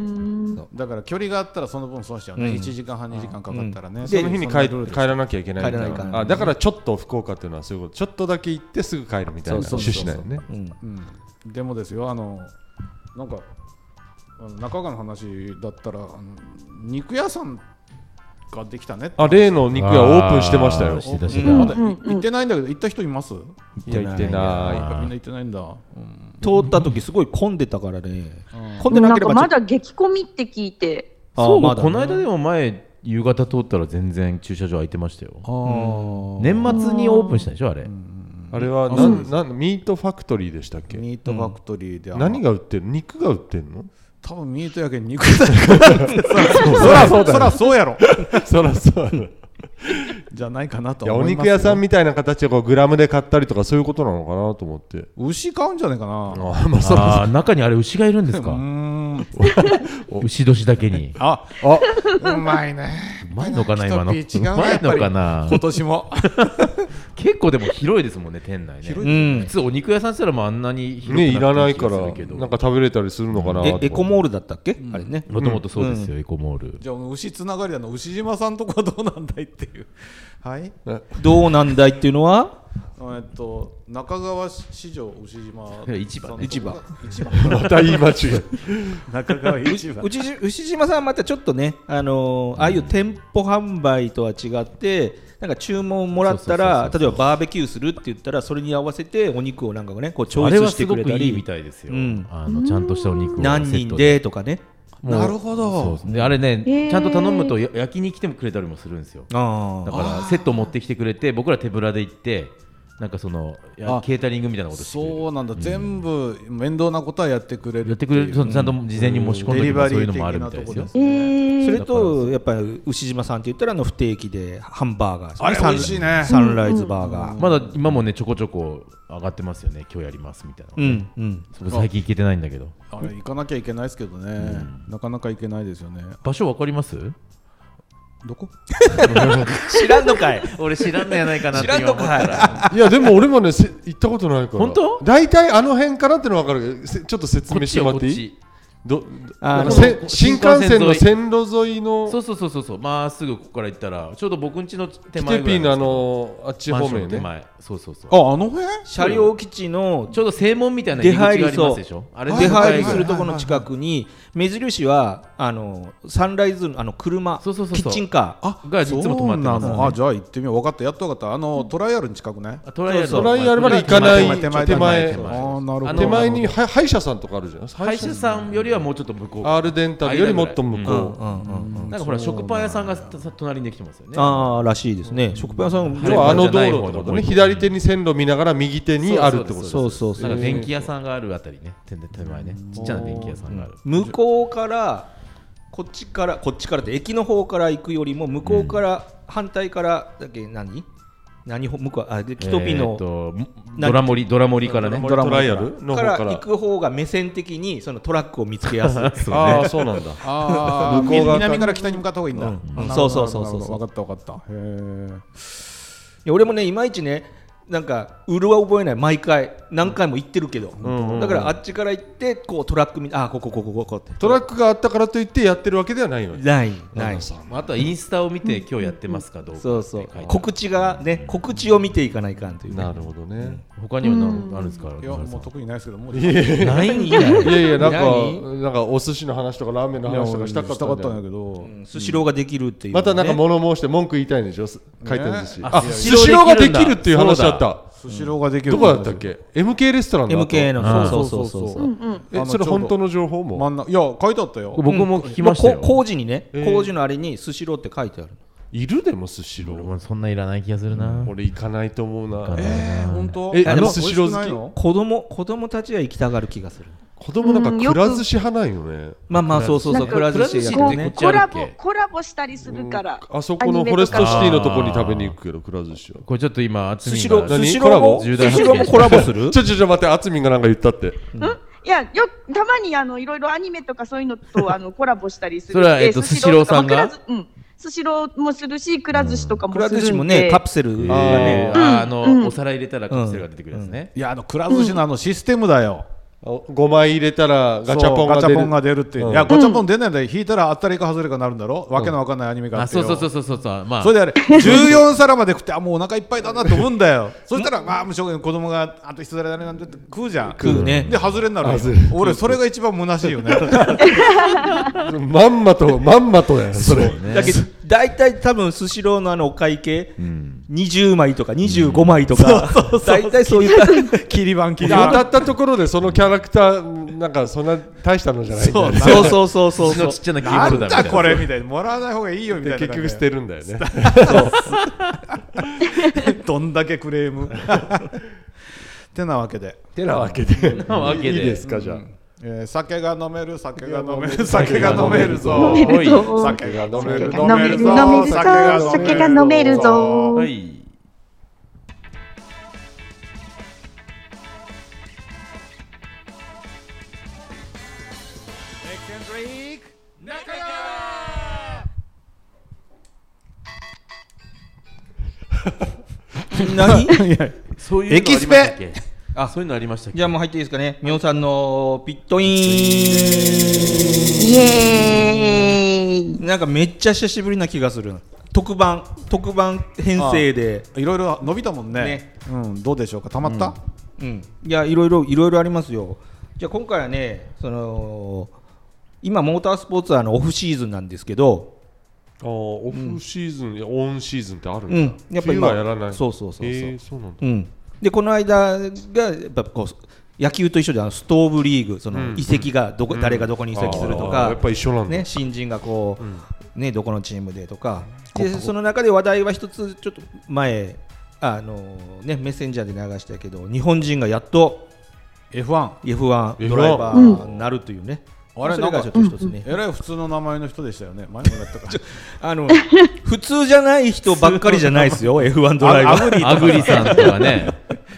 Speaker 1: だから距離があったらその分損しちゃうね、1時間半2時間かかったらね、
Speaker 2: その日に帰
Speaker 1: る
Speaker 2: 帰らなきゃいけないみた
Speaker 3: 帰
Speaker 2: い
Speaker 3: らないから
Speaker 2: あだからちょっと福岡っていうのはそういうことちょっとだけ行ってすぐ帰るみたいな
Speaker 1: そ
Speaker 2: 趣
Speaker 1: うそう
Speaker 2: 旨なんよね
Speaker 3: うん
Speaker 1: でもですよあのなんかあの中川の話だったらあの肉屋さんができたねって
Speaker 2: あ例の肉屋オープンしてましたよ
Speaker 4: あーしてたして
Speaker 1: ま
Speaker 4: た
Speaker 1: だ。い行ってないんだけど行った人います
Speaker 2: いや行ってな
Speaker 1: みんな行ってないんだ、うん
Speaker 3: 通った時すごい混んでたからね、混んで
Speaker 5: な
Speaker 3: なんけれ
Speaker 5: か
Speaker 3: ば
Speaker 5: ま
Speaker 3: ちょっ
Speaker 5: だ激混みって聞いて、
Speaker 3: と
Speaker 4: そう、
Speaker 3: まだね
Speaker 4: この間でも前夕方通ったら全然駐車場空いてましたよ。
Speaker 1: あ
Speaker 4: 年末にオープンしたでしょあれ。
Speaker 2: いあれはなんなんミートファクトリーでしたっけ
Speaker 1: ミートファクトリーで、あの
Speaker 2: 何が売ってる肉が売ってるの
Speaker 1: 多分ミートやけん 肉屋さんが そらそらそうやろ
Speaker 2: そらそうやろ
Speaker 1: じゃないかなと
Speaker 2: いや
Speaker 1: 思
Speaker 2: お
Speaker 1: います
Speaker 2: 肉屋さ
Speaker 1: よ
Speaker 2: んみたいな形でこうグラムで買ったりとかそういうことなのかなと思って
Speaker 1: 牛買うんじゃないかな
Speaker 2: あまあそう
Speaker 4: ああ中にあれ牛がいるんです
Speaker 1: うー
Speaker 4: か
Speaker 1: ん
Speaker 4: 牛年だけに
Speaker 1: あ
Speaker 2: あ
Speaker 1: うまいね
Speaker 4: うまいのかな今のう
Speaker 1: 一ピー違うな
Speaker 4: まいのかな
Speaker 1: 今年も
Speaker 4: 結構でも広いですもんね店内ね
Speaker 1: 広
Speaker 3: う
Speaker 1: い
Speaker 4: 普
Speaker 3: ん
Speaker 4: 通お肉屋さんしたらもうあんなに広く
Speaker 2: ねいらないから
Speaker 4: も
Speaker 2: なんか食べれたりするのかなと思っ
Speaker 3: え
Speaker 2: て
Speaker 3: エコモールだったっけあれね
Speaker 4: ともとそうですよ、エコモール
Speaker 1: じゃあ牛つながりだの牛島さんとこはどうなんだいっていうはい
Speaker 3: どうなんだいっていうのは
Speaker 1: えっと中川市場牛島
Speaker 4: いや市場ね
Speaker 1: 市場市場
Speaker 2: また言い間違え
Speaker 1: 中川市場
Speaker 3: うちじ 牛島さんはまたちょっとね、あのーああいう店舗販売とは違ってなんか注文もらっ
Speaker 4: そうそう
Speaker 3: たら
Speaker 4: そうそう
Speaker 3: 例えばバーベキューするって言ったらそれに合わせてお肉をなんかねこう調
Speaker 4: あれ
Speaker 3: 節
Speaker 4: は
Speaker 3: して
Speaker 4: す
Speaker 3: く
Speaker 4: ご
Speaker 3: れ
Speaker 4: く
Speaker 3: た
Speaker 4: いいみ
Speaker 3: り
Speaker 4: たいですよ、
Speaker 3: うん
Speaker 4: あのちゃんとしたお肉を
Speaker 3: 何
Speaker 4: セッ
Speaker 3: 人
Speaker 4: ト
Speaker 3: でとかね
Speaker 4: もう
Speaker 1: なるほど
Speaker 4: そうそうであれね、
Speaker 5: へー
Speaker 4: ちゃんと頼むとや焼きに来てもくれたりもするんですよ
Speaker 3: あ
Speaker 4: だからセット持ってきてくれて僕ら手ぶらで行ってなんかそのや
Speaker 1: あ
Speaker 4: ケータリングみたいなことしてくれる
Speaker 1: そうなんだ全部面倒なことはやってくれる
Speaker 4: やってくれるそのちゃんと事前に申し込んでおけば
Speaker 1: デ
Speaker 4: そうい
Speaker 1: リバリ
Speaker 4: う
Speaker 1: ー
Speaker 4: のもあるみたいです
Speaker 1: 的
Speaker 4: よ
Speaker 1: なとこ
Speaker 5: え
Speaker 3: そ
Speaker 5: ー
Speaker 3: れとやっぱり牛島さんって言ったらあの不定期でハンバーガーですね
Speaker 1: あれ
Speaker 3: サン
Speaker 1: 美味しいね
Speaker 3: サンライズバーガー
Speaker 4: まだ今もねちょこちょこ上がってますよね今日やりますみたいな、
Speaker 3: うんうん
Speaker 4: そこ最近行けてないんだけど
Speaker 1: あれ行かなきゃいけないですけどね、なかなか行けないですよね
Speaker 4: 場所わかります
Speaker 1: どこ
Speaker 3: 知らんのかい
Speaker 4: 俺知らんのやないかなって
Speaker 3: 知らん
Speaker 4: 今
Speaker 3: の
Speaker 4: 思ったら
Speaker 2: いやでも俺もねせ行ったことないから
Speaker 4: 本当
Speaker 2: 大体あの辺からってのは分かるけどせちょっと説
Speaker 4: こ
Speaker 2: 明
Speaker 4: っ
Speaker 2: し
Speaker 4: ち
Speaker 2: て
Speaker 4: よ
Speaker 2: も
Speaker 4: こ
Speaker 2: らっ
Speaker 4: って
Speaker 2: いい
Speaker 4: ち
Speaker 2: ど
Speaker 3: あ
Speaker 2: なん
Speaker 3: の
Speaker 2: かせ新
Speaker 4: 新
Speaker 2: 幹
Speaker 4: 幹
Speaker 2: 線
Speaker 4: 線
Speaker 2: の
Speaker 4: の
Speaker 2: 線路沿いの
Speaker 4: そうそうそうそうそうまっすぐここから行ったらちょうど僕ん家の手
Speaker 2: キ
Speaker 4: 前
Speaker 2: テ
Speaker 4: ぐら
Speaker 2: ピ
Speaker 4: い
Speaker 2: の
Speaker 4: な
Speaker 2: あ
Speaker 4: んです
Speaker 2: のあっち
Speaker 4: けどマン
Speaker 2: 方
Speaker 4: ションの
Speaker 2: 面
Speaker 4: 手
Speaker 2: ね
Speaker 4: 前そうそうそう
Speaker 1: ああの辺
Speaker 3: 車両基地の
Speaker 4: ちょうど正門みたいな
Speaker 3: 出
Speaker 4: 入り口があり
Speaker 3: 入り
Speaker 4: ま
Speaker 3: そ
Speaker 4: す
Speaker 3: う
Speaker 4: でしょあれ
Speaker 3: 出入りする
Speaker 1: はい
Speaker 3: ところの近くに目印はあのサンライズのあの車
Speaker 4: そうそうそうそう
Speaker 3: キッチンカー
Speaker 1: あ
Speaker 4: がいつも止まってます
Speaker 1: そうなのあじゃあ行ってみよう分かったやっと分かったあのトライアルに近くね
Speaker 4: あトライアル
Speaker 3: そうそう
Speaker 2: トライアルまで行かない
Speaker 4: 手前手前
Speaker 2: 手前
Speaker 4: 手前
Speaker 1: あーなるほど
Speaker 4: あの
Speaker 2: 手前には歯医者さんとかあるじゃない
Speaker 4: 歯医者さんよりはもうちょっと向こう
Speaker 2: アールデンタルよりもっと向こう、
Speaker 3: うんうんうん
Speaker 4: なんかほら食パン屋さんがさ隣にできてますよね
Speaker 3: ああらしいですね食パン屋さん
Speaker 4: い
Speaker 2: 要はあの道路っ
Speaker 4: じゃな
Speaker 2: て
Speaker 4: い
Speaker 2: こ
Speaker 4: 方
Speaker 2: と
Speaker 4: の
Speaker 2: ね左手に線路見ながら右手にあるってことです
Speaker 3: そうそうそ
Speaker 4: なんか
Speaker 3: う
Speaker 4: 電気屋さんがあるあたりね手手前ねちっちゃな電気屋さんがある
Speaker 3: 向こうからこっちからこっちからって駅の方から行くよりも向こうから反対からだっけ何何ほ向こうあでキト
Speaker 4: え
Speaker 3: ピ
Speaker 4: ー
Speaker 3: の
Speaker 4: とドラ盛りドラ盛りからね
Speaker 2: トライアルの
Speaker 3: か
Speaker 2: 方
Speaker 3: ら
Speaker 2: から
Speaker 3: 行く方が目線的にそのトラックを見つけやすい
Speaker 2: ああそうな んだ
Speaker 1: ああ
Speaker 2: 向こう側
Speaker 1: 南から北に向かった方がいいんだ、
Speaker 3: うんそうそうそうそう
Speaker 1: 分かった分かったへえ
Speaker 3: いや俺もねいまいちねなんかうるは覚えない毎回何回も行ってるけど、だからあっちから行ってこうトラックみあここここここって
Speaker 2: トラックがあったからといってやってるわけではないのよ
Speaker 3: ないない
Speaker 2: さ
Speaker 4: あとはインスタを見て今日やってますかどうか
Speaker 3: そうそう
Speaker 4: 書いてある
Speaker 3: 告知がね告知を見ていかないかんというね
Speaker 2: なるほどね、
Speaker 4: 他には何あるんですか
Speaker 1: いやもう
Speaker 4: う
Speaker 1: 特にないですけどもう
Speaker 4: ないんや
Speaker 2: いやいやなんか
Speaker 3: 何
Speaker 2: なんかお寿司の話とかラーメンの話とかしたかったん
Speaker 1: ん
Speaker 2: だ
Speaker 1: だ
Speaker 2: よ
Speaker 1: けど
Speaker 3: うんスシローができるっていう、ね、
Speaker 2: またなんか物申して文句言いたいんでしょす回転寿司、
Speaker 1: ね
Speaker 2: あ
Speaker 4: スシ
Speaker 2: ス
Speaker 4: ロー
Speaker 2: シローが
Speaker 4: で
Speaker 2: でき
Speaker 4: き
Speaker 2: る
Speaker 4: るんだ
Speaker 2: っていう話だった
Speaker 1: スシローができる
Speaker 2: どこだったっけ MK レストランの後
Speaker 3: MK のそううんそうそうそうそう、
Speaker 1: あ
Speaker 2: え
Speaker 1: の
Speaker 2: それ本当の情報も
Speaker 1: 真ん中いや書いてあったよ
Speaker 4: 僕も聞きましたよ
Speaker 3: こ工事にね、
Speaker 2: えー
Speaker 3: 工事のあれにスシローって書いてある
Speaker 2: いるでもスシロ
Speaker 4: 俺
Speaker 2: ー
Speaker 4: もそんないらない気がするな
Speaker 2: 俺行かないと思うな
Speaker 4: かない
Speaker 1: えー本当
Speaker 2: え
Speaker 1: でも
Speaker 2: あのスシロー好
Speaker 1: 美味し
Speaker 2: き
Speaker 1: くないの
Speaker 3: 子供子供たちは行きたがる気がする
Speaker 2: 子供なんか
Speaker 5: うん
Speaker 2: く
Speaker 5: よく
Speaker 2: ら寿司派なんよね
Speaker 3: まあまあそうそうそう
Speaker 4: く
Speaker 3: く
Speaker 4: ら
Speaker 3: ら
Speaker 4: 寿
Speaker 3: 寿
Speaker 4: 司
Speaker 3: 司
Speaker 4: だ
Speaker 3: や
Speaker 4: け
Speaker 3: け
Speaker 4: ど
Speaker 3: ど
Speaker 4: ねこ
Speaker 3: ね
Speaker 5: こう
Speaker 4: っちあるっ
Speaker 5: コラ
Speaker 4: け
Speaker 5: ボコラボしたりするから
Speaker 2: あそこのフォレストシティのとこに食べに行くけどくら寿司は
Speaker 4: これちょっと今厚
Speaker 3: ス
Speaker 4: み
Speaker 3: シロ
Speaker 4: が
Speaker 3: ースシ
Speaker 2: コラ
Speaker 3: ロー
Speaker 2: ボ
Speaker 3: も
Speaker 4: 重大
Speaker 3: ス
Speaker 4: 発
Speaker 3: シ
Speaker 4: 見
Speaker 3: ローもコラボする
Speaker 2: ちょちょちょ待ってあつみんがなんか言ったって
Speaker 5: いやよたまにあのいろいろアニメとかそういうのとあのコラボしたりする
Speaker 4: それは
Speaker 5: で
Speaker 4: えっと
Speaker 5: とか
Speaker 4: スシローさんが
Speaker 5: まあくら寿うんスシローもするしくら寿司とかも
Speaker 3: く
Speaker 5: す
Speaker 3: ら
Speaker 5: るんで、
Speaker 3: 寿司もねカプセルが
Speaker 4: え
Speaker 3: ね
Speaker 4: ーあーあのお皿入れたらカプセルが出てくるやつね
Speaker 1: いやあのくら寿司のあのシステムだよ
Speaker 2: あ5枚入れたらガチャ
Speaker 1: そ
Speaker 2: ポン
Speaker 1: う
Speaker 2: が
Speaker 1: ガチ
Speaker 2: 出
Speaker 1: ャ
Speaker 2: る
Speaker 1: ポンが出るっていう
Speaker 2: うん
Speaker 1: いやガチャポン出ないんだよ引いたら当たりか外れかなるんだろわけのわかんないアニメがあ
Speaker 4: あ
Speaker 1: って
Speaker 4: そ
Speaker 1: よ
Speaker 4: うそうそうそうそうそうまあ
Speaker 1: それであれ14皿まで食ってあもうお腹いっぱいだなと思うんだよそしたらまあ無償子供があと一皿だねなんて言って食うじゃん
Speaker 3: 食うね
Speaker 1: で外れになるよ
Speaker 2: 外れ
Speaker 1: 俺それが一番虚しいよね
Speaker 2: まんまとまんまとやんそれ
Speaker 3: だけど大体多分スシローのあのお会計
Speaker 4: うん
Speaker 3: 20枚とか25枚とか大体そういう感じ
Speaker 1: 切り板切
Speaker 2: い
Speaker 1: り
Speaker 2: や当た
Speaker 1: 板
Speaker 2: ったところでそのキャラクターなんかそんな大したのじゃないんだよ ね
Speaker 3: そうそうそうそう
Speaker 4: うち
Speaker 3: そ
Speaker 4: の
Speaker 3: う
Speaker 4: ちっちゃなキーボ
Speaker 1: な
Speaker 4: ード
Speaker 1: ん
Speaker 4: だみ
Speaker 1: だ
Speaker 4: たいな
Speaker 1: これみたいなもらわない方がいいよみたい
Speaker 2: で
Speaker 1: な
Speaker 2: 結局捨てるんだよね
Speaker 1: どどんだけクレームってなわけで
Speaker 2: てなわけ で
Speaker 4: なわけで
Speaker 2: いいですかじゃあ
Speaker 1: えー酒が飲める酒が飲める酒
Speaker 2: 酒
Speaker 1: が
Speaker 2: が
Speaker 1: 飲
Speaker 2: 飲
Speaker 1: め
Speaker 2: め
Speaker 1: る
Speaker 2: る
Speaker 1: ぞ
Speaker 5: 飲めるぞ
Speaker 1: 酒が飲める
Speaker 5: 酒が飲める
Speaker 1: 飲める
Speaker 5: 飲めるぞ
Speaker 1: 酒
Speaker 5: 酒が飲めるぞ
Speaker 4: はい
Speaker 3: 何
Speaker 4: そういうのありましたっけあそういうのありましたっけ
Speaker 3: じゃあもう入っていいですかね。みおさんのピットイ
Speaker 5: イエーイ
Speaker 3: ン。なんかめっちゃ久しぶりな気がする。特番特番編成で。
Speaker 1: いろいろ伸びたもんね
Speaker 3: ね
Speaker 1: うん、どうでしょうかたまった、
Speaker 3: うん、いやいろいろいろいろありますよ。じゃあ今回はね、その今モータースポーツはあのオフシーズンなんですけど、
Speaker 7: ああオフシーズン、いやオンシーズンってあるんだ、
Speaker 3: うん、やっぱり
Speaker 7: 冬
Speaker 3: 今
Speaker 7: はやらない
Speaker 3: そうそうそうそう。
Speaker 7: へえそうなんだ
Speaker 3: うん、でこの間がやっぱこう野球と一緒であのストーブリーグその移籍がどこ、誰がどこに移籍すると
Speaker 7: あー
Speaker 3: か
Speaker 7: やっ、ぱ一緒なんだ、
Speaker 3: ね、新人がこう、ね、どこのチームでとかでその中で話題は一つちょっと前あの、ね、メッセンジャーで流したけど日本人がやっと
Speaker 1: F1
Speaker 3: F1
Speaker 7: F1
Speaker 3: ドライバーになるというね、
Speaker 1: うん
Speaker 3: それがちょっと一つね、
Speaker 1: えらい普通の名前の人でしたよね前もらったか
Speaker 3: あの普通じゃない人ばっかりじゃないです よ F1 ドライバー
Speaker 4: アグリさんとかね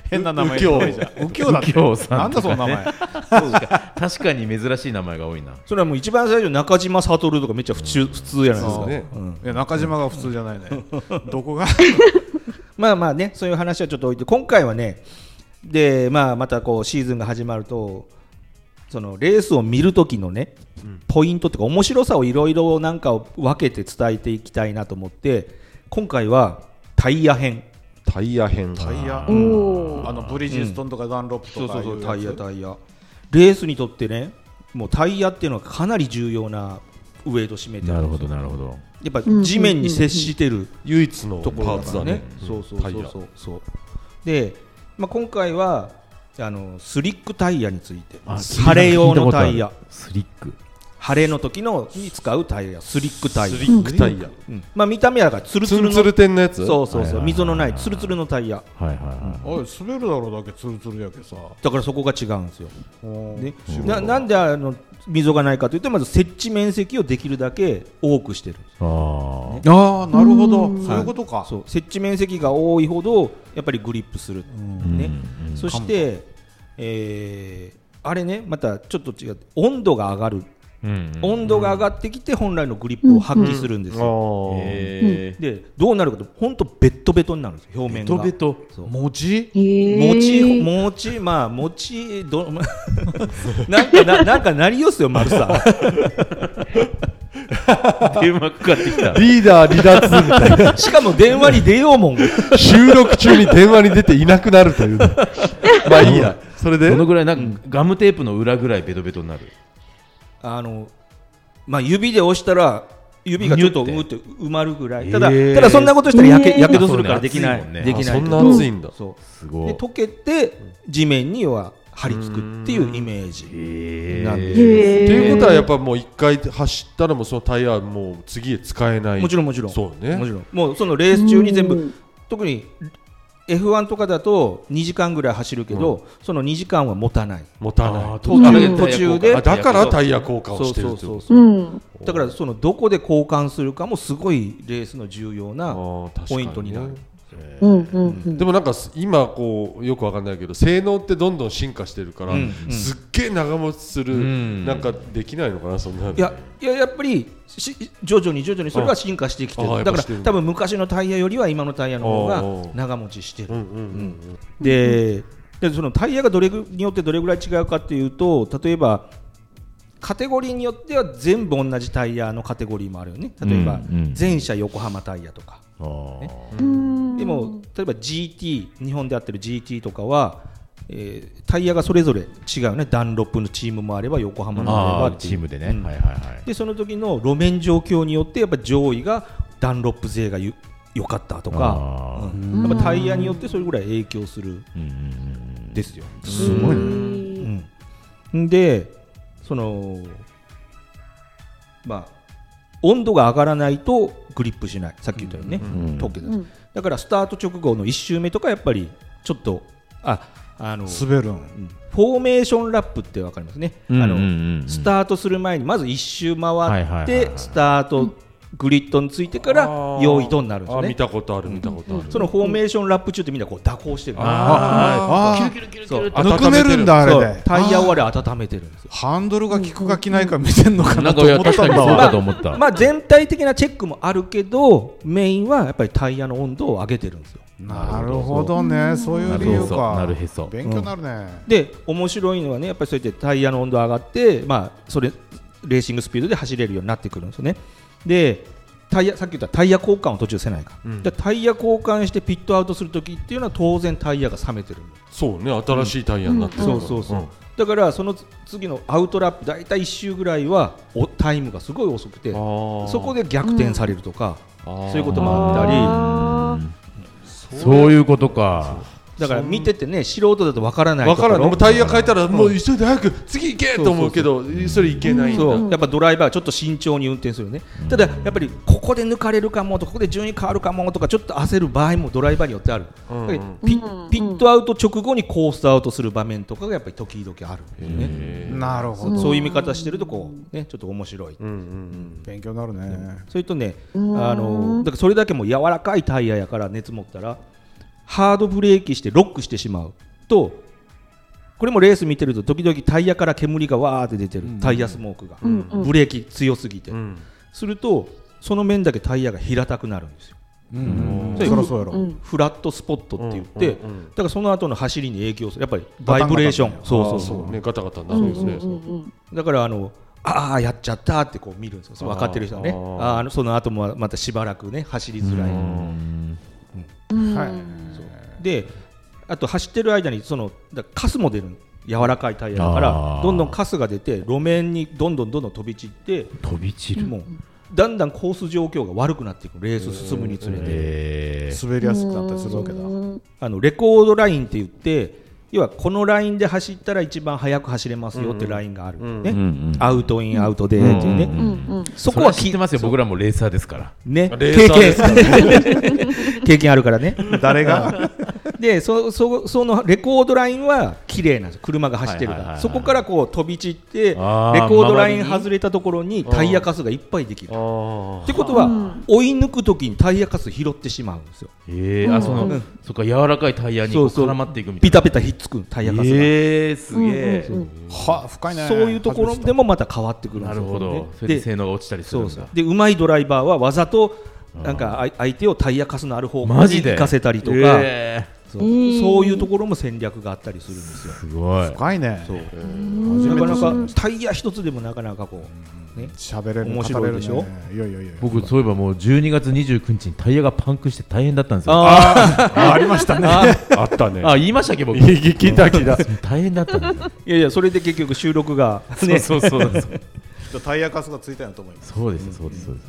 Speaker 1: 変な名前の人多いじゃん右京だって
Speaker 4: 右京さんとかね
Speaker 1: なんだその名前
Speaker 4: 確かに珍しい名前が多いな
Speaker 3: それはもう一番最初中島悟とかめっちゃ普通,、普通じゃないですか、
Speaker 1: そう
Speaker 7: ね
Speaker 1: いや中島が普通じゃないねどこが
Speaker 3: まあまあね、そういう話はちょっと置いて、今回はね、でまあ、またこうシーズンが始まると、そのレースを見る時のね、ポイントとか、面白さをいろいろなんかを分けて伝えていきたいなと思って、今回はタイヤ編、
Speaker 7: タイヤ編
Speaker 1: タイヤ
Speaker 5: お
Speaker 1: あのブリヂストンとかダンロップ
Speaker 3: そ
Speaker 1: と
Speaker 3: う
Speaker 1: か
Speaker 3: そうそう、タイヤ、
Speaker 1: イ
Speaker 3: タイヤ、レースにとってね、もうタイヤっていうのはかなり重要なウエイトを占めてるんですよ
Speaker 4: なるほど
Speaker 3: やっぱ地面に接してる。
Speaker 7: 唯一のパ
Speaker 3: ところ
Speaker 7: ー
Speaker 3: だか
Speaker 7: ツ
Speaker 3: ら
Speaker 7: だ
Speaker 3: ね
Speaker 7: ね。
Speaker 3: そうそうそ
Speaker 7: タイ
Speaker 3: う
Speaker 7: ヤ
Speaker 3: そうそう。で、まあ今回はあのスリックタイヤについて、晴れ用のタイヤ、
Speaker 4: スリック
Speaker 3: 晴れの時のに使うタイヤ、スリックタイヤ。
Speaker 7: スリックタイヤ
Speaker 3: うんまあ見た目はだからツル
Speaker 7: ツ
Speaker 3: ツル
Speaker 7: ル
Speaker 3: の。
Speaker 7: ツル点のやつ
Speaker 3: そうそ
Speaker 4: はい
Speaker 3: う
Speaker 4: はい
Speaker 3: そ
Speaker 4: は
Speaker 3: う。
Speaker 4: い
Speaker 3: 溝のないツルツルのタイヤ。
Speaker 4: はいはいは
Speaker 1: おい滑るだろうだけツルツルやけさ
Speaker 3: だからそこが違うんですよ。ね
Speaker 1: ね、
Speaker 3: ななんであの溝がないかというとまず設置面積をできるだけ多くしてる。
Speaker 4: ああ
Speaker 1: ああなるほどそういうことか
Speaker 3: そう設置面積が多いほどやっぱりグリップする、ね、そして、えーあれねまたちょっと違って温度が上がる、
Speaker 4: うん
Speaker 3: 温度が上がってきて本来のグリップを発揮するんです
Speaker 7: あ
Speaker 3: よ、
Speaker 7: ー
Speaker 4: え
Speaker 3: でどうなるかと本当ベットベトになるんですよ表
Speaker 4: ベ
Speaker 3: 面
Speaker 4: ト
Speaker 3: が
Speaker 4: ベト
Speaker 3: そう
Speaker 1: 文字
Speaker 5: へー
Speaker 3: 持ち持ちまあ持ちど なんかななんかなりよっすよ丸さん
Speaker 4: 電話かかってきた
Speaker 2: リーダー 離脱みたいな
Speaker 3: しかも電話に出ようもん
Speaker 2: 収録中に電話に出ていなくなるという まあいいやそれで
Speaker 4: どのぐらいなんかガムテープの裏ぐらいベトベトになる
Speaker 3: あの、まあ、指で押したら指がちょっとう
Speaker 4: ニ
Speaker 3: ー
Speaker 4: ュ
Speaker 3: っ
Speaker 4: って
Speaker 3: 埋まるぐらい、た
Speaker 4: え
Speaker 3: だ
Speaker 4: ー
Speaker 3: ただそんなことしたらやけ,、
Speaker 5: えー
Speaker 3: やけどするから
Speaker 4: そうね
Speaker 3: できな
Speaker 4: 熱
Speaker 3: い、
Speaker 4: いもんね
Speaker 3: でき
Speaker 7: あ
Speaker 3: な
Speaker 7: そ
Speaker 3: い
Speaker 7: んな熱いんだ
Speaker 3: そ
Speaker 4: す
Speaker 3: う
Speaker 4: ご
Speaker 3: で
Speaker 4: い
Speaker 3: 溶けて地面には張り付くっていうイメージ
Speaker 4: え
Speaker 3: なん
Speaker 5: へ
Speaker 3: で、
Speaker 5: ー
Speaker 7: っていうことはやっぱもう一回走ったらもうそのタイヤはもう次へ使えない
Speaker 3: もちろんもちろん
Speaker 7: そうね
Speaker 3: もちろんもうそのレース中に全
Speaker 5: う
Speaker 3: 部
Speaker 5: ん
Speaker 3: 特に F1 とかだと2時間ぐらい走るけど、その2時間は持たない
Speaker 7: 持たない
Speaker 4: 途中で
Speaker 3: うん途中で
Speaker 7: あだからタイヤ
Speaker 4: こ
Speaker 7: 交換をしてるってこと
Speaker 3: そう
Speaker 5: うん
Speaker 3: だからそのどこで交換するかもすごいレースの重要
Speaker 7: あ
Speaker 3: な
Speaker 7: ー確か
Speaker 3: ポ
Speaker 7: ね
Speaker 3: イントになる
Speaker 5: うんうんうん
Speaker 7: でもなんかす今こうよくわかんないけど性能ってどんどん進化してるから、
Speaker 3: うんうん
Speaker 7: すっげえ長持ちする、
Speaker 4: ん
Speaker 7: なんかできないのかなそんなの
Speaker 3: いやいややっぱりし徐々に徐々にそれが進化してきて
Speaker 7: ああ
Speaker 3: る
Speaker 7: やっ
Speaker 3: だ
Speaker 7: ぱ
Speaker 3: から
Speaker 7: してる
Speaker 3: 多分昔のタイヤよりは今のタイヤの方
Speaker 7: ああ
Speaker 3: が長持ちしてる、
Speaker 7: うんうん
Speaker 3: ででそのタイヤがどれぐによってどれぐらい違うかっていうと例えばカテゴリーによっては全部同じタイヤのカテゴリーもあるよね例えば
Speaker 4: うんうん
Speaker 3: 全車横浜タイヤとか、
Speaker 5: うん
Speaker 3: でも例えば GT 日本であってる GT とかは、えータイヤがそれぞれ違うよねダンロップのチームもあれば横浜のもあればっていううん
Speaker 4: はいはいはい
Speaker 3: でその時の路面状況によってやっぱ上位がダンロップ勢がよ良かったと
Speaker 4: あ
Speaker 3: か、うんやっぱタイヤによってそれぐらい影響するんですよ。
Speaker 4: すごいね
Speaker 3: うんでそのまあ温度が上がらないとグリップしないさっき言ったようにね、
Speaker 4: うん
Speaker 3: 溶け出す
Speaker 5: うん
Speaker 3: だからスタート直後の1周目とかやっぱりちょっとああのフ
Speaker 1: 滑るん
Speaker 3: ォーメーションラップってわかりますね、
Speaker 4: うんうんうん
Speaker 3: あのスタートする前にまず一周
Speaker 4: はいはい
Speaker 3: 回っ
Speaker 4: はい
Speaker 3: て
Speaker 4: はい
Speaker 3: スタートグリッドについてから用意ドになるんです
Speaker 7: あ
Speaker 3: よ
Speaker 7: 見
Speaker 3: ね
Speaker 7: たことある見たことある
Speaker 3: そのフォーメーションラップ中ってみんなこう蛇行してる
Speaker 1: ああ
Speaker 3: そう
Speaker 1: ぬくめるんだあ
Speaker 3: そ
Speaker 1: れで
Speaker 3: うタイヤを
Speaker 1: あ
Speaker 3: あれ温めてるんですよ
Speaker 1: ーハンドルが効くか効ないか見てんのか
Speaker 4: な
Speaker 1: なん
Speaker 4: か
Speaker 1: と
Speaker 4: い
Speaker 1: 思
Speaker 4: や
Speaker 1: った
Speaker 4: 確
Speaker 1: ん
Speaker 4: かに
Speaker 1: だ
Speaker 4: そう
Speaker 1: わ
Speaker 4: だと思った、
Speaker 3: まあ全体的なチェックもあるけどメインはやっぱりタイヤの温度を上げてるんですよ
Speaker 1: なるほどねそういう
Speaker 4: なる
Speaker 1: 理
Speaker 4: へ
Speaker 1: 由
Speaker 4: そ
Speaker 1: か
Speaker 4: なるへそ
Speaker 1: 勉強になるね
Speaker 3: で面白いのはねやっぱりそうやってタイヤの温度上がって、まあ、それレーシングスピードで走れるようになってくるんですよねでタイヤさっき言ったタイヤ交換を途中せないか,、らタイヤ交換してピットアウトするときっていうのは当然タイヤが冷めてる
Speaker 7: そうね新しいタイヤになってるから
Speaker 3: そうそうそう、
Speaker 7: ん
Speaker 3: だからその次のアウトラップ大体1周ぐらいはおタイムがすごい遅くてそこで逆転されるとか、そういうこともあったり
Speaker 4: そういうことか
Speaker 3: だから見ててね素人だとわからない
Speaker 7: わ
Speaker 3: とこ
Speaker 7: から
Speaker 3: ろ
Speaker 7: んもうタイヤ変えたらもう急いで早く次行けと思うけどそれ行けないんだ
Speaker 3: そうやっぱドライバーはちょっと慎重に運転するよね、ただやっぱりここで抜かれるかもとかここで順位変わるかもとかちょっと焦る場合もドライバーによってある、
Speaker 7: ん
Speaker 3: やっぱりピピットアウト直後にコースアウトする場面とかがやっぱり時々あるんですよね、
Speaker 1: なるほど
Speaker 3: そういう見方してるとこう、ね、ちょっと面白い、
Speaker 7: うんうん
Speaker 1: 勉強になるね
Speaker 3: それとねあのだからそれだけもう柔らかいタイヤやから熱持ったらハードブレーキしてロックしてしまうとこれもレース見てると時々タイヤから煙がわーって出てる、タイヤスモークが、ブレーキ強すぎて、
Speaker 7: うん
Speaker 3: するとその面だけタイヤが平たくなるんですよ
Speaker 1: うん
Speaker 3: ん
Speaker 1: そりゃそうやろ
Speaker 3: フラットスポットって言って、
Speaker 7: うんうんうん
Speaker 3: だからその後の走りに影響するやっぱりバイブレーションそうそうそう
Speaker 7: ねガタガタになるんですね
Speaker 3: だからあのああやっちゃったってこう見るんですよそう分かってる人はね
Speaker 7: あ
Speaker 3: あ
Speaker 7: ー
Speaker 3: ーあのその後もまたしばらくね走りづらい、
Speaker 1: はい
Speaker 3: であと走ってる間にそのだからカスも出る柔らかいタイヤだか
Speaker 4: あ
Speaker 3: ら
Speaker 4: ー
Speaker 3: どんどんカスが出て路面にどんどんどんどん飛び散って
Speaker 4: 飛び散る
Speaker 3: もうだんだんコース状況が悪くなっていくレース進むにつれて。
Speaker 4: へー
Speaker 1: 滑りやすくなったりするわけだ
Speaker 3: あのレコードラインって言って要はこのラインで走ったら一番速く走れますよってラインがある、ね
Speaker 4: うんうん
Speaker 3: アウトインアウトでっていうね、
Speaker 4: そ
Speaker 3: そこ
Speaker 4: こ
Speaker 3: は
Speaker 4: は
Speaker 3: き
Speaker 4: 聞いてますよ僕らもレーサーですから
Speaker 3: ね、
Speaker 7: レ
Speaker 3: 経
Speaker 7: ーサーです
Speaker 3: 験経験あるからね
Speaker 1: 誰が
Speaker 3: でそそそのレコードラインは綺麗なんです車が走ってるか
Speaker 4: はい
Speaker 3: ら、
Speaker 4: はいはいはい
Speaker 3: そこからこう飛び散ってレコ
Speaker 4: あー
Speaker 3: ードライン
Speaker 4: 周りに
Speaker 3: 外れたところにタイヤカスがいっぱいできる
Speaker 7: あー
Speaker 3: ってことは、追い抜く時にタイヤカス拾ってしまうんですよ
Speaker 4: ええあそのそっか柔らかいタイヤにこう
Speaker 3: そうそう
Speaker 4: 絡まっていくみたい
Speaker 3: ピ
Speaker 4: な
Speaker 3: タピタひっつくタイヤカスが、
Speaker 4: ええすげえ
Speaker 1: は深いね
Speaker 3: そういうところでもまた変わってくるんで
Speaker 4: な
Speaker 3: す
Speaker 4: る
Speaker 3: よ
Speaker 4: ほ
Speaker 3: ね
Speaker 4: どそれで
Speaker 3: で
Speaker 4: 性能が落ちたりす
Speaker 3: そ
Speaker 4: る
Speaker 3: うんそう
Speaker 4: だ
Speaker 3: でうまいドライバーはわざとなんかあい相手をタイヤカスのある方向
Speaker 4: マ
Speaker 3: に
Speaker 4: ジで
Speaker 3: 行かせたりとか、
Speaker 4: え
Speaker 3: そうそういうところも戦略があったりするんですよ
Speaker 4: えすごい
Speaker 1: 深いね
Speaker 3: そう
Speaker 1: 初め
Speaker 3: な
Speaker 1: て
Speaker 3: かなかタイヤ一つでもなかなかこう、ね、
Speaker 1: 喋れる
Speaker 3: 面白いでしょ
Speaker 1: 語れるねいやいやいや
Speaker 4: 僕そういえばもう12月29日にタイヤがパンクして大変だったんですよ
Speaker 3: あ
Speaker 1: あありましたね
Speaker 7: あったね
Speaker 4: あ言いましたっけ 僕
Speaker 7: 聞いた聞いた
Speaker 4: 大変だったんですよ
Speaker 3: いやいやそれで結局収録が、ね、
Speaker 4: そうそうそうそう
Speaker 1: タイヤカスがついたんやと思います
Speaker 4: そうですそうですそうで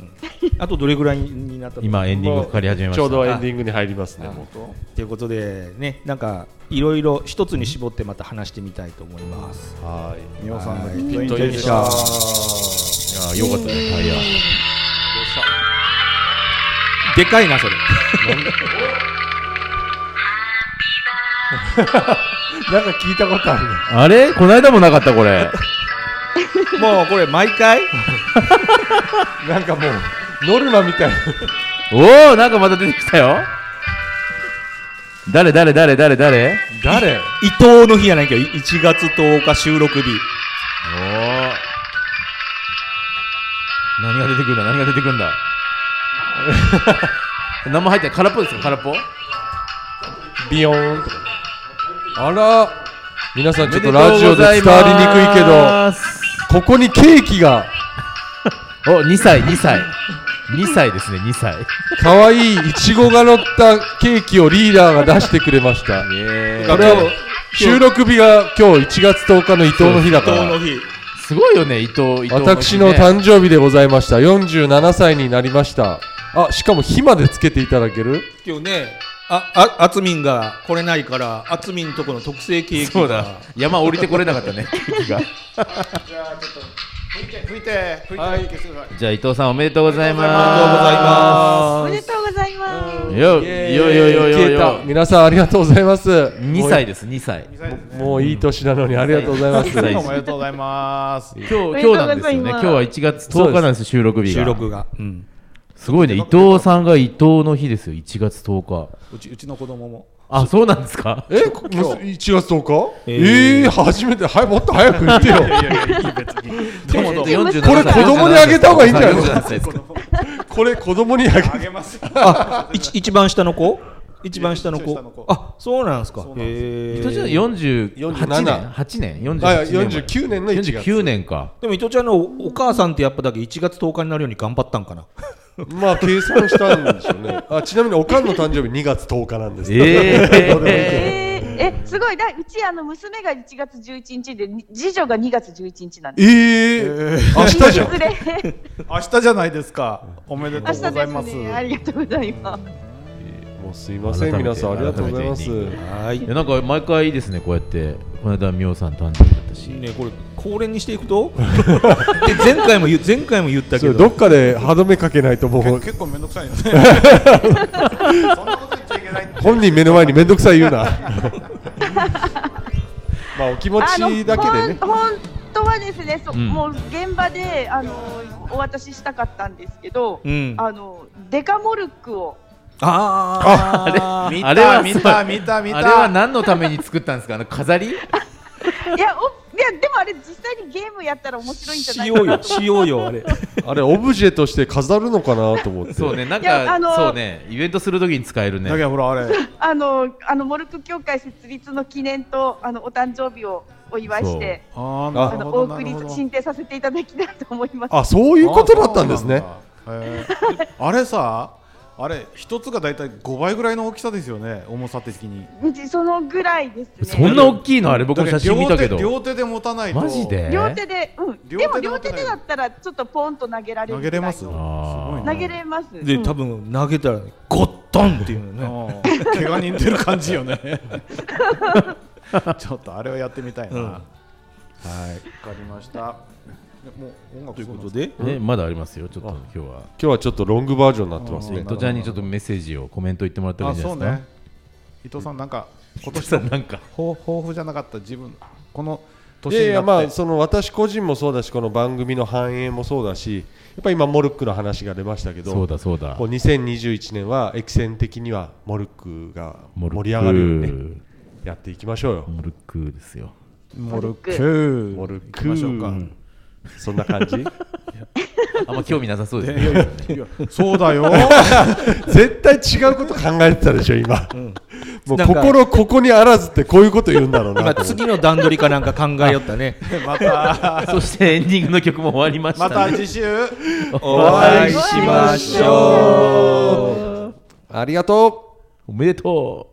Speaker 4: す
Speaker 3: あとどれぐらいになったの
Speaker 4: 今エンディングかかり始めま
Speaker 7: ち
Speaker 4: した
Speaker 7: ょうどエンディングに入りますねもう
Speaker 3: ということでねなんかいろいろ一つに絞ってまた話してみたいと思います。
Speaker 7: はい
Speaker 1: ミオさんのピットイン
Speaker 7: と
Speaker 1: で
Speaker 7: いう
Speaker 1: し
Speaker 7: したた
Speaker 4: あよかったねタイヤ
Speaker 3: でかいなそれ
Speaker 7: なんか聞いたことあるね
Speaker 4: あれこの間もなかったこれ
Speaker 3: もうこれ毎回
Speaker 7: なんかもうノルマみたいな
Speaker 4: おおなんかまた出てきたよ誰誰誰誰誰
Speaker 7: 誰
Speaker 3: 伊藤の日やないけどい1月10日収録日
Speaker 4: おお何が出てくるんだ何が出てくるんだ何も入ってない空っぽですか空っぽ
Speaker 7: ビヨーンとかあら皆さんちょっと
Speaker 4: おめ
Speaker 7: ラ
Speaker 4: で
Speaker 7: ジ
Speaker 4: とう
Speaker 7: オ
Speaker 4: ご
Speaker 7: で
Speaker 4: ざ
Speaker 7: 伝わりにくいけど
Speaker 4: ま
Speaker 7: ここにケーキが
Speaker 4: すお2歳2歳2歳ですね2歳
Speaker 7: 可愛いいちごが乗ったケーキをリーダーが出してくれましたこれは収録日が今日1月10日の伊藤の日だか
Speaker 3: 伊藤の
Speaker 7: ら
Speaker 3: 日
Speaker 4: すごいよね伊藤伊藤
Speaker 7: 私の
Speaker 4: 誕
Speaker 7: 誕生日でございました47歳になりましたあしかも火までつけていただける
Speaker 3: 今日ねあああつみんが来れないからあつみんとこの特製ケーキが
Speaker 4: そうだ山降りてこれなかったね
Speaker 1: じゃあちょっと拭いて拭いて拭いて消してください
Speaker 4: じゃあ伊藤さんおめでとうござい
Speaker 2: あ
Speaker 5: おめでとうございます
Speaker 4: ます。よよよよよ
Speaker 2: 消えた皆さんありがとうございます
Speaker 4: 2歳です2歳
Speaker 1: 二歳ですね
Speaker 2: もういい年なのにありがとうございます
Speaker 4: 二歳です
Speaker 1: おめでとうございます
Speaker 4: 今日今日なんですよ
Speaker 5: おめでとうござい
Speaker 4: ね
Speaker 5: ます
Speaker 4: 今日は1月10日なんですよ収録日が
Speaker 3: 収録が、うん、
Speaker 4: すごいね伊藤さんが伊藤の日ですよ1月10日
Speaker 1: うちうちの子供も
Speaker 4: あそうなんですか
Speaker 2: えこ1月10日ええ初めてはいもっと早く言ってよ
Speaker 1: どうもどうも
Speaker 4: 47
Speaker 2: これ子供にあげた方がいいんじゃないの
Speaker 4: 47歳ですか
Speaker 2: これ子供にあげ
Speaker 1: あげます
Speaker 3: あ一一番下の子一番下の
Speaker 1: 一
Speaker 3: 子
Speaker 1: 番下の子
Speaker 3: あそうなんですか
Speaker 1: そうなんです
Speaker 3: へ
Speaker 4: 伊
Speaker 3: え
Speaker 4: 藤ちゃん48年
Speaker 2: 47
Speaker 4: 8年
Speaker 2: あ
Speaker 4: 48年前
Speaker 2: 49年の1月
Speaker 4: 49年か
Speaker 3: でも伊藤ちゃんのおお母さんってやっぱだけ1月10日になるように頑張ったんかな
Speaker 2: まあ計算したんでしょうねあちなみにおかんの誕生日2月10日なんです
Speaker 4: ええ
Speaker 5: えー、えすごいだうちあの娘が1月11日でに次女が2月11日なんで
Speaker 2: ええ明
Speaker 5: す
Speaker 2: 日じゃん
Speaker 5: 失礼
Speaker 1: 明日じゃないですかおめでと
Speaker 5: 明
Speaker 1: うご
Speaker 5: 日
Speaker 1: ざい
Speaker 5: で
Speaker 1: ます
Speaker 5: すねありがとうございます
Speaker 2: もうすいません皆さんありがとうございます
Speaker 4: 改めて
Speaker 3: はい
Speaker 4: い
Speaker 3: ね
Speaker 4: やなんか毎回いいですねこうやってこの間ミオさん誕生日だったし
Speaker 3: これ恒例にしていくとで前回も言う前回も言った
Speaker 2: そ
Speaker 3: け
Speaker 2: れ
Speaker 3: ど
Speaker 2: どっかで歯止めかけないともう
Speaker 1: 結構めんどく さいよねそんなこと言っちゃいけない
Speaker 2: 本人目の前に面倒くさい言うなまあお気持
Speaker 5: あの
Speaker 2: ちだけでね
Speaker 5: ほん本当はですね、そ
Speaker 4: ん
Speaker 5: もう現場であのお渡ししたかったんですけど、
Speaker 3: うん
Speaker 5: あのデカモルクを
Speaker 3: あーあ
Speaker 1: 見
Speaker 4: あれは
Speaker 1: た見た見た見
Speaker 4: あれは
Speaker 1: た
Speaker 4: 何のために作ったんですかあの 飾り
Speaker 5: いやおいやでもあれ実際にゲームやったら面白いんじゃな
Speaker 3: し
Speaker 5: い
Speaker 3: よ
Speaker 5: か
Speaker 3: う
Speaker 5: な
Speaker 3: よ
Speaker 5: と
Speaker 3: しようよあれ
Speaker 2: あれオブジェとして飾るのかなと思って
Speaker 4: そうね、なん
Speaker 5: いや
Speaker 4: か、
Speaker 5: あの
Speaker 4: そうね、イベントするときに使えるね
Speaker 1: だ。けどほらあれ
Speaker 5: あのあのモルク協会設立の記念とあのお誕生日をお祝いして
Speaker 1: あーな
Speaker 5: あ
Speaker 1: る
Speaker 5: の
Speaker 1: ほ
Speaker 5: お
Speaker 1: ど
Speaker 5: 送り
Speaker 1: なるほど
Speaker 5: 進呈させていただきたいと思います。
Speaker 2: あそういうことだったんですね
Speaker 1: あそうなんだへーあれさあれ一つがだいたい5倍ぐらいの大きさですよね重さ的に
Speaker 5: そのぐらいですね。
Speaker 4: そんな大きいの、あれ、僕も写真見た
Speaker 1: だ
Speaker 4: け
Speaker 1: ら
Speaker 4: ど。
Speaker 1: 両手両手で持たないと
Speaker 4: マジで。
Speaker 5: 両手で、うん、
Speaker 1: 両手で
Speaker 5: でも
Speaker 1: 持
Speaker 5: 両
Speaker 1: って
Speaker 5: 手
Speaker 1: ない
Speaker 5: でだったらちょっとポンと投げられる
Speaker 1: 投
Speaker 5: ぐらいの。
Speaker 1: げれますすごい
Speaker 4: あー
Speaker 1: な
Speaker 5: 投げれます。
Speaker 3: で
Speaker 5: うん
Speaker 3: 多分投げたらゴットンっていうのね
Speaker 1: うん怪我人出る感じよね ちょっとあれをやってみたいな、
Speaker 3: うん
Speaker 1: はいわかりましたもう音楽
Speaker 3: ということ
Speaker 1: で
Speaker 3: で
Speaker 4: ね、まだありますよ、ちょっと、今日は。
Speaker 2: 今日はちょっとロングバージョンになってますね
Speaker 4: どちらにちょっとメッセージを、コメント言ってもらったらい
Speaker 1: あ
Speaker 4: いんじゃ
Speaker 1: そ
Speaker 4: な
Speaker 1: う
Speaker 4: いです
Speaker 1: ね
Speaker 4: か。
Speaker 1: 伊藤さんなんか今
Speaker 4: そ
Speaker 1: 年
Speaker 4: した
Speaker 1: の
Speaker 4: らなんか、
Speaker 1: 抱抱負じゃなかった自分この
Speaker 2: い
Speaker 1: 年
Speaker 2: やい
Speaker 1: にな
Speaker 2: や
Speaker 1: って
Speaker 2: まあその私個人もそうだしこの番組の繁栄もそうだしやっぱり今モルックの話が出ましたけど
Speaker 4: そうだ、そうだ
Speaker 2: こう。2021年はエキセン的にはモルックが
Speaker 4: モルック
Speaker 2: 盛り上がるようにねやっていきましょうよ
Speaker 4: モルックですよ。
Speaker 1: モルック
Speaker 2: モルッ
Speaker 1: 行きましょうか
Speaker 2: クそんな感じ
Speaker 4: あんま興味なさそうです
Speaker 1: い
Speaker 4: ね。
Speaker 1: やいやそうだよ
Speaker 2: 絶対違うこと考えてたでしょ今もう
Speaker 3: なんか
Speaker 2: 心ここにあらずってこういうこと言うんだろう
Speaker 3: 今
Speaker 2: なと思って
Speaker 3: 次の段取りかなんか考えよったね
Speaker 1: また
Speaker 4: そしてエンディングの曲も終わりまし
Speaker 1: ま
Speaker 4: た
Speaker 1: た
Speaker 4: ね。
Speaker 1: 次週
Speaker 3: お会いしましょう
Speaker 2: ありがとう
Speaker 4: おめでとう。